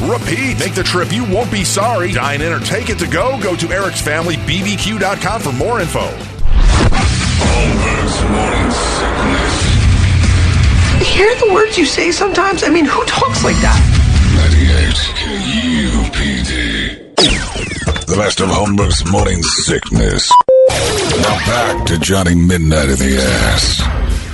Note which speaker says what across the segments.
Speaker 1: repeat. Make the trip. You won't be sorry. Dine in or take it to go. Go to ericsfamilybbq.com for more info.
Speaker 2: Holmberg's morning sickness.
Speaker 3: hear the words you say sometimes? I mean, who talks like that?
Speaker 2: 98 KUPD. The best of Holmberg's morning sickness. Now back to Johnny Midnight in the ass.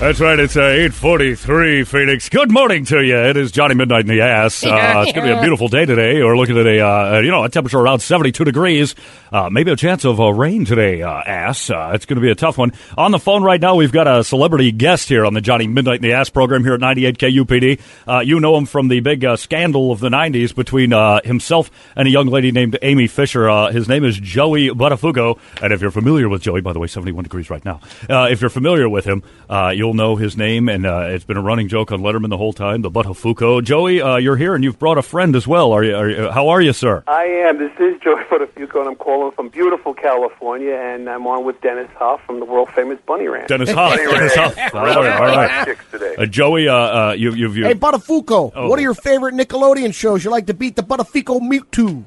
Speaker 4: That's right. It's uh, 843, Phoenix. Good morning to you. It is Johnny Midnight in the Ass. Uh, it's going to be a beautiful day today. We're looking at a, uh, you know, a temperature around 72 degrees. Uh, maybe a chance of uh, rain today, uh, ass. Uh, it's going to be a tough one. On the phone right now, we've got a celebrity guest here on the Johnny Midnight in the Ass program here at 98 KUPD. Uh, you know him from the big uh, scandal of the 90s between uh, himself and a young lady named Amy Fisher. Uh, his name is Joey Buttafugo. And if you're familiar with Joey, by the way, 71 degrees right now. Uh, if you're familiar with him, uh, you'll know his name, and uh, it's been a running joke on Letterman the whole time. The Buttafugo. Joey, uh, you're here, and you've brought a friend as well. Are you? Are you how are you, sir?
Speaker 5: I am. This is Joey Buttafuoco, and I'm calling from beautiful California, and I'm on with Dennis Hoff from the world famous Bunny Ranch.
Speaker 4: Dennis Huff. Dennis Huff. All right, all right.
Speaker 5: Chicks today.
Speaker 4: Uh, Joey, uh, uh, you, you've you.
Speaker 6: Hey, Buttafuoco,
Speaker 4: Oh.
Speaker 6: what are your favorite Nickelodeon shows you like to beat the Buttafuoco mute to?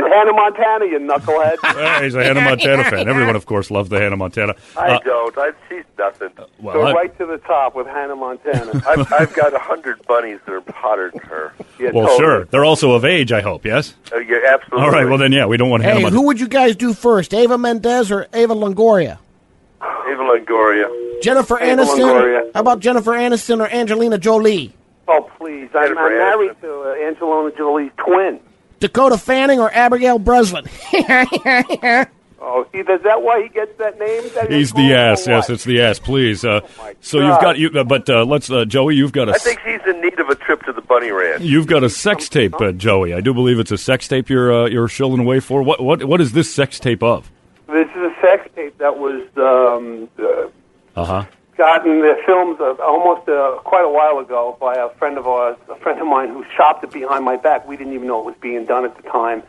Speaker 5: Hannah Montana, you knucklehead.
Speaker 4: Hey, he's a Hannah Montana fan. Everyone, of course, loved the Hannah Montana.
Speaker 7: I
Speaker 4: Uh,
Speaker 7: don't. I, she's nothing.
Speaker 4: well,
Speaker 5: Go
Speaker 4: I-
Speaker 5: right to the top with Hannah Montana.
Speaker 7: I've, I've got a hundred bunnies that are hotter than her.
Speaker 5: Yeah,
Speaker 4: well,
Speaker 5: totally.
Speaker 4: sure. They're also of age, I hope. Yes.
Speaker 7: Uh, you're absolutely.
Speaker 4: All right. Well, then, yeah, we don't want Hannah
Speaker 6: Hey,
Speaker 4: Montana.
Speaker 6: who would you guys do first, Ava Mendez or Ava Longoria?
Speaker 7: Eva Longoria.
Speaker 6: Jennifer
Speaker 5: Ava
Speaker 6: Aniston?
Speaker 5: Longoria.
Speaker 6: How about Jennifer Aniston or Angelina Jolie?
Speaker 5: Oh, please. I'm, I'm
Speaker 7: Jennifer
Speaker 5: married to uh, Angelina Jolie's twin.
Speaker 6: Dakota Fanning or Abigail Breslin?
Speaker 5: Oh, he, is that why he gets that name? Is that
Speaker 4: He's
Speaker 5: his
Speaker 4: the
Speaker 5: goal, or
Speaker 4: ass. Yes,
Speaker 5: what?
Speaker 4: it's the
Speaker 7: Oh
Speaker 4: ass. Please. Uh,
Speaker 5: my
Speaker 4: so you've
Speaker 5: God.
Speaker 4: got you, uh, but uh, let's uh, Joey. You've got a
Speaker 7: I think she's in need of a trip to the bunny ranch.
Speaker 4: you've got a sex tape, uh, Joey. I do believe it's a sex tape you're uh, you're shilling away for. What what what is this sex tape of?
Speaker 5: This is a sex tape that was um, uh,
Speaker 4: Uh huh.
Speaker 5: gotten the films uh, almost uh, quite a while ago by a friend of ours, a friend of mine who shopped it behind my back. We didn't even know it was being done at the time.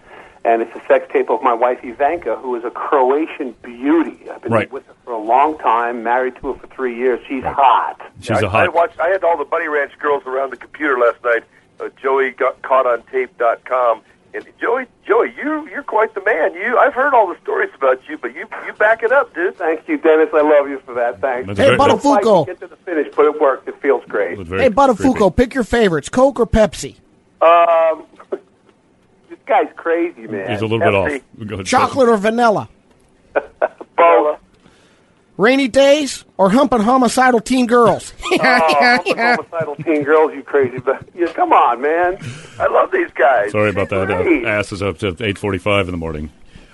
Speaker 5: And it's a sex tape of my wife Ivanka, who is a Croatian beauty. I've been
Speaker 4: Right.
Speaker 5: with her for a long time, married to her for three years. She's hot.
Speaker 4: She's
Speaker 7: I,
Speaker 4: a hot.
Speaker 7: I watched. I had all the bunny ranch girls around the computer last night. Uh, Joey got caught on tape.com. And Joey, Joey, you you're quite the man. You, I've heard all the stories about you, but you you back it up, dude.
Speaker 5: Thank you, Dennis. I love you for that. Thanks.
Speaker 4: That's Hey, very-
Speaker 5: Don't fight
Speaker 4: Oh.
Speaker 6: Buttafuoco.
Speaker 5: to Get to the finish, but it worked. It feels great.
Speaker 4: That's very
Speaker 6: hey,
Speaker 4: creepy.
Speaker 6: Buttafuoco, pick your favorites, Coke or Pepsi?
Speaker 5: Um, this guy's crazy, man.
Speaker 4: He's a little bit off.
Speaker 7: Pepsi.
Speaker 4: Go ahead,
Speaker 6: Chocolate or vanilla?
Speaker 5: Both.
Speaker 6: Rainy days or humping homicidal teen girls?
Speaker 5: Oh, homicidal teen girls, you crazy. But yeah, come on, man.
Speaker 7: I love these guys.
Speaker 4: Sorry about that.
Speaker 5: Great.
Speaker 4: Uh, ass is up to eight forty-five in the morning.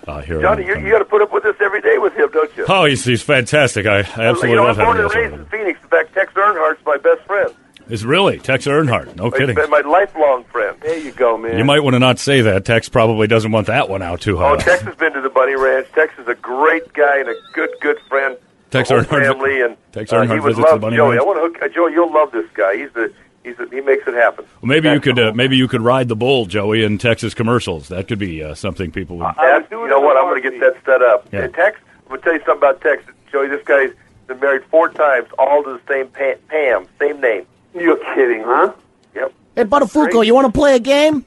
Speaker 4: Uh, here.
Speaker 7: Johnny,
Speaker 4: on-
Speaker 7: you, you got to put up with this every day with him, don't you?
Speaker 4: Oh, he's, he's fantastic. I, I absolutely
Speaker 7: you know,
Speaker 4: love
Speaker 7: I'm born
Speaker 4: having
Speaker 7: and
Speaker 4: him.
Speaker 7: raised in Phoenix. In fact, Tex Earnhardt's my best friend.
Speaker 4: It's really Tex Earnhardt. No
Speaker 7: He's
Speaker 4: kidding.
Speaker 7: been my lifelong friend.
Speaker 5: There you go, man.
Speaker 4: You might want to not say that. Tex probably doesn't want that one out too high.
Speaker 7: Oh, Tex has been to the Bunny Ranch. Tex is a great guy and a good, good friend.
Speaker 4: Tex
Speaker 7: The whole
Speaker 4: Earnhardt-
Speaker 7: family and
Speaker 4: Tex
Speaker 7: uh,
Speaker 4: Earnhardt
Speaker 7: he would
Speaker 4: visits the
Speaker 7: love
Speaker 4: Bunny
Speaker 7: Joey.
Speaker 4: Ranch.
Speaker 7: I want to hook uh, Joey. You'll love this guy. He's the he's the, he makes it happen.
Speaker 4: Maybe you could uh, maybe you could ride the bull, Joey, in Texas commercials. That could be uh, something people would.
Speaker 5: I would
Speaker 7: Tex,
Speaker 5: do it
Speaker 7: you
Speaker 5: in
Speaker 7: know
Speaker 5: a
Speaker 7: what? I'm going to get that
Speaker 5: heartbeat.
Speaker 7: set up.
Speaker 4: Yeah.
Speaker 7: Hey, Tex, I'm going to tell you something about Tex. Joey, this guy's been married four times, all to the same pa- Pam, same name.
Speaker 5: You're kidding, huh?
Speaker 7: Yep.
Speaker 6: hey, Buttafuoco, you want to play a game?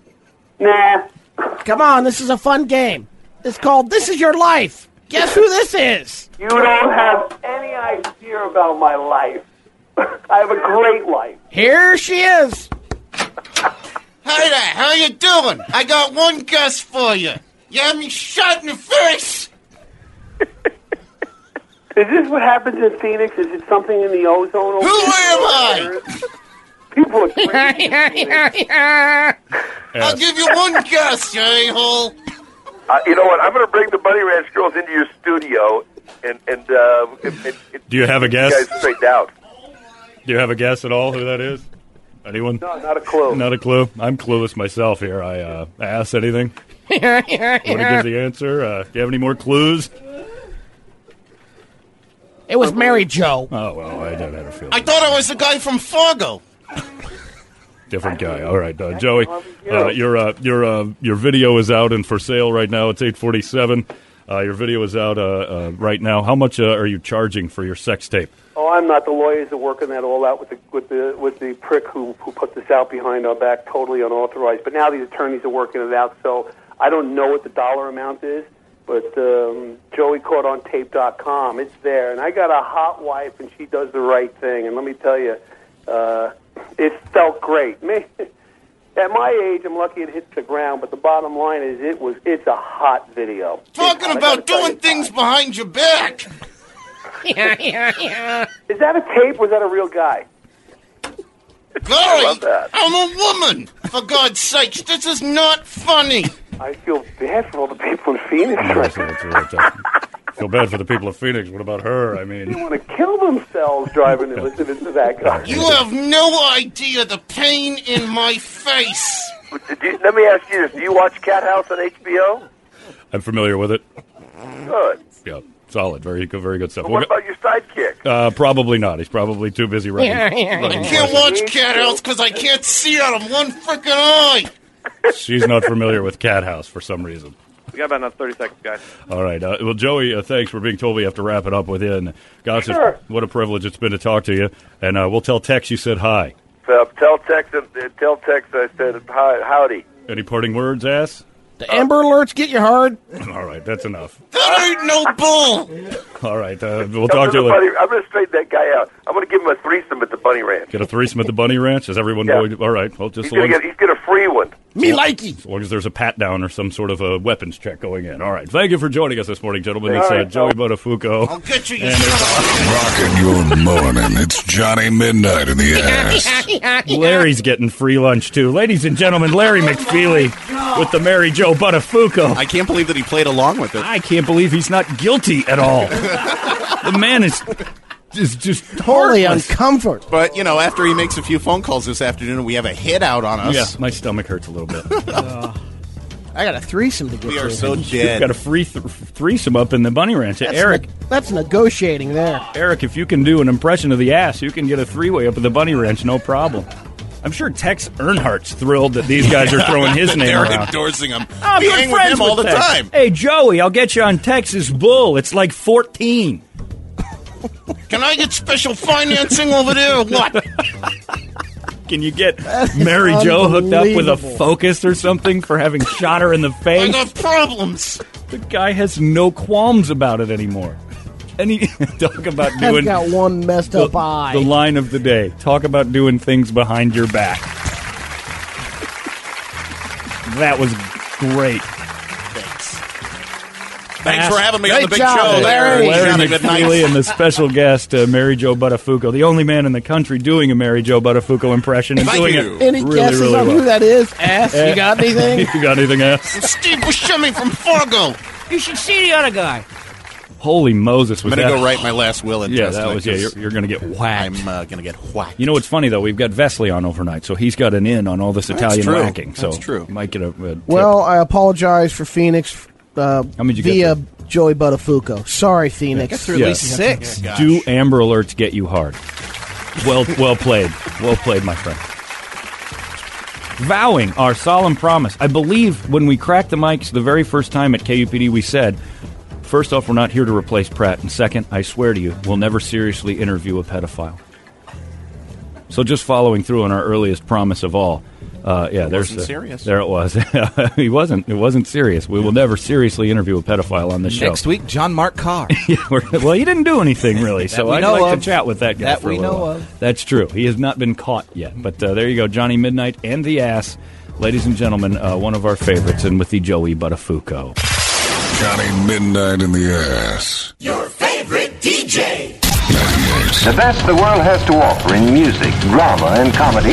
Speaker 5: Nah.
Speaker 6: Come on, this is a fun game. It's called This Is Your Life. Guess who this is?
Speaker 5: You don't have any idea about my life. I have a great life.
Speaker 6: Here she is.
Speaker 8: Hey there, how you doing? I got one guess for you. You have me shot in the face.
Speaker 5: Is this what happens in Phoenix? Is it something in the ozone?
Speaker 8: Who am I?
Speaker 5: People are crazy.
Speaker 8: I'll give you one guess, you a-hole.
Speaker 7: Uh, you know what? I'm going to bring the Bunny Ranch Girls into your studio and and, uh, and, and, and
Speaker 4: Do you have a guess?
Speaker 7: guys straighten out.
Speaker 4: Do you have a guess at all who that is? Anyone?
Speaker 5: No, not a clue.
Speaker 4: Not a clue. I'm clueless myself here. I uh, asked anything. Want to give the answer? Uh, do you have any more clues?
Speaker 6: It was Mary Joe.
Speaker 4: Oh well, I don't have a feeling.
Speaker 8: I thought I was the guy from Fargo.
Speaker 4: Different guy. All right, uh, Joey, uh, your uh, your uh, your video is out and for sale right now. It's eight forty seven. Uh, your video is out uh, uh, right now. How much uh, are you charging for your sex tape?
Speaker 5: Oh, I'm not. The lawyers are working that all out with the with the with the prick who who put this out behind our back, totally unauthorized. But now the attorneys are working it out, so I don't know what the dollar amount is. But um, Joey caught on tape.com. It's there, and I got a hot wife, and she does the right thing. And let me tell you, uh, it felt great. Man, at my age, I'm lucky it hit the ground. But the bottom line is, it was it's a hot video. It's- I
Speaker 8: Talking
Speaker 5: gotta
Speaker 8: about
Speaker 5: tell you,
Speaker 8: doing
Speaker 5: it's
Speaker 8: things behind your back.
Speaker 5: hot. Is that a tape? Was that a real guy?
Speaker 8: Glory,
Speaker 7: love that.
Speaker 8: I'm a woman. For God's sakes, this is not funny.
Speaker 5: I feel bad for all the people in Phoenix right now.
Speaker 4: That's what I Feel bad for the people of Phoenix. What about her? I mean,
Speaker 5: They want to kill themselves driving and listening to that guy.
Speaker 8: You have no idea the pain in my face.
Speaker 7: Do you- let me ask you this: Do you watch Cat House on HBO?
Speaker 4: I'm familiar with it.
Speaker 7: Good.
Speaker 4: Yeah, solid. Very good. Very good stuff.
Speaker 7: What about your sidekick?
Speaker 4: Uh, probably not. He's probably too busy running. running
Speaker 8: Can't
Speaker 4: places.
Speaker 8: watch Cat House because I can't see out of one freaking eye.
Speaker 4: She's not familiar with Cat House for some reason.
Speaker 9: We got about another 30 seconds, guys.
Speaker 4: All right. Uh, well, Joey, uh, thanks for being told we have to wrap it up with you. And gosh, it's-
Speaker 5: Sure.
Speaker 4: what a privilege it's been to talk to you. And uh, we'll tell Tex you said hi.
Speaker 7: Uh, tell Tex, uh, tell Tex, I said hi, howdy.
Speaker 4: Any parting words, ass?
Speaker 6: The Amber Alerts get you hard.
Speaker 4: All right, that's enough.
Speaker 8: That ain't no bull.
Speaker 4: All right, uh, we'll
Speaker 7: Tell
Speaker 4: talk to you
Speaker 7: the
Speaker 4: later.
Speaker 7: bunny- I'm going to straighten that guy out. I'm going to give him a threesome at the Bunny Ranch.
Speaker 4: Get a threesome at the Bunny Ranch. Is everyone
Speaker 7: Yeah.
Speaker 4: going? to- All right. Well, just
Speaker 7: He's
Speaker 4: as
Speaker 7: going
Speaker 4: long
Speaker 7: to
Speaker 4: as,
Speaker 7: get, he's going to free one.
Speaker 6: Me likey.
Speaker 4: as long as there's a pat down or some sort of a weapons check going in. All right. Thank you for joining us this morning, gentlemen. It's uh, Joey Buttafuoco.
Speaker 8: I'll get you. you son of a-
Speaker 2: Rockin' your morning. It's Johnny Midnight in the ass.
Speaker 4: Larry's getting free lunch too. Ladies and gentlemen, Larry McFeely with the Mary Joe Buttafuoco. I,
Speaker 10: I can't believe that he played along with it.
Speaker 4: can't believe he's not guilty at all. the man is is just
Speaker 6: Totally
Speaker 4: heartless.
Speaker 6: uncomfort.
Speaker 10: But, you know, after he makes a few phone calls this afternoon, we have a hit out on
Speaker 4: Yeah,
Speaker 10: us.
Speaker 4: my stomach hurts a little bit.
Speaker 6: I got a threesome to get
Speaker 10: We
Speaker 6: to.
Speaker 10: are so
Speaker 4: Got a
Speaker 10: dead.
Speaker 4: free th- threesome up in the bunny ranch.
Speaker 6: That's
Speaker 4: Eric,
Speaker 6: neg- that's negotiating there.
Speaker 4: Eric, if you can do an impression of the ass, you can get a three way up at the bunny ranch, no problem. I'm sure Tex Earnhardt's thrilled that these guys are throwing his name
Speaker 10: They're
Speaker 4: around. Ah,
Speaker 10: endorsing him.
Speaker 4: I'm
Speaker 10: we
Speaker 4: good
Speaker 10: hang with
Speaker 4: friends
Speaker 10: him all the
Speaker 4: with Tex.
Speaker 10: time.
Speaker 4: Hey Joey, I'll get you on Texas Bull. It's like 14.
Speaker 8: Can I get special financing over there or what?
Speaker 4: Can you get Mary Jo hooked up with a
Speaker 6: unbelievable.
Speaker 4: focus or something for having shot her in the
Speaker 8: I
Speaker 4: face?
Speaker 8: got problems.
Speaker 4: The guy has no qualms about it anymore. And he talk about
Speaker 6: I've
Speaker 4: doing
Speaker 6: got one messed
Speaker 4: the,
Speaker 6: up eye.
Speaker 4: the line of the day. Talk about doing things behind your back. That was great.
Speaker 10: Thanks for having me Oh, on
Speaker 6: Great
Speaker 10: the big
Speaker 6: job,
Speaker 10: show,
Speaker 6: Larry.
Speaker 10: Larry.
Speaker 4: Larry
Speaker 10: Johnny Midnight.
Speaker 4: McFeely and the special guest, uh, Mary Jo Buttafuoco, the only man in the country doing a Mary Jo Buttafuoco impression and
Speaker 10: Thank
Speaker 4: doing
Speaker 10: you.
Speaker 4: it
Speaker 6: Any
Speaker 4: really,
Speaker 6: guesses
Speaker 4: really
Speaker 6: on
Speaker 4: well.
Speaker 6: who that is? Ass, you got anything?
Speaker 4: you got anything else?
Speaker 8: Steve Buscemi from Fargo.
Speaker 6: you should see the other guy.
Speaker 4: Holy Moses! Was
Speaker 10: I'm going
Speaker 4: that
Speaker 10: to go write my last will and
Speaker 4: Yeah, that
Speaker 10: testament
Speaker 4: was. Yeah,
Speaker 10: 'cause
Speaker 4: you're, you're going to get whacked.
Speaker 10: I'm uh, going to get whacked.
Speaker 4: you know what's funny though? We've got Vesely on overnight, so he's got an in on all this Italian
Speaker 10: true.
Speaker 4: whacking. So
Speaker 10: That's true.
Speaker 4: You might get a, a tip.
Speaker 6: Well, I apologize for Phoenix uh,
Speaker 4: How many did you
Speaker 6: via
Speaker 4: get
Speaker 6: Joey Buttafuoco. Sorry, Phoenix.
Speaker 10: through at
Speaker 4: Yeah.
Speaker 10: least six.
Speaker 8: Yeah,
Speaker 4: do Amber Alerts get you hard? Well, well played, well played, my friend. Vowing our solemn promise. I believe when we cracked the mics the very first time at KUPD, we said, first off, we're not here to replace Pratt, and second, I swear to you, we'll never seriously interview a pedophile. So just following through on our earliest promise of all. Uh, yeah, there's
Speaker 10: wasn't
Speaker 4: the-
Speaker 10: serious.
Speaker 4: There it was. he wasn't. It wasn't serious. We will never seriously interview a pedophile on this show.
Speaker 11: Next week, John Mark Carr.
Speaker 4: We're- well, he didn't do anything really, so
Speaker 11: we
Speaker 4: I'd
Speaker 11: know
Speaker 4: like
Speaker 11: of.
Speaker 4: to chat with that guy.
Speaker 11: That
Speaker 4: for a
Speaker 11: we
Speaker 4: little
Speaker 11: know
Speaker 4: while.
Speaker 11: of.
Speaker 4: That's true. He has not been caught yet. But uh, there you go, Johnny Midnight and the Ass, ladies and gentlemen, uh, one of our favorites, and with the Joey Buttafuoco.
Speaker 2: Johnny Midnight in the ass. Your favorite DJ. 98
Speaker 12: The best the world has to offer in music, drama, and comedy.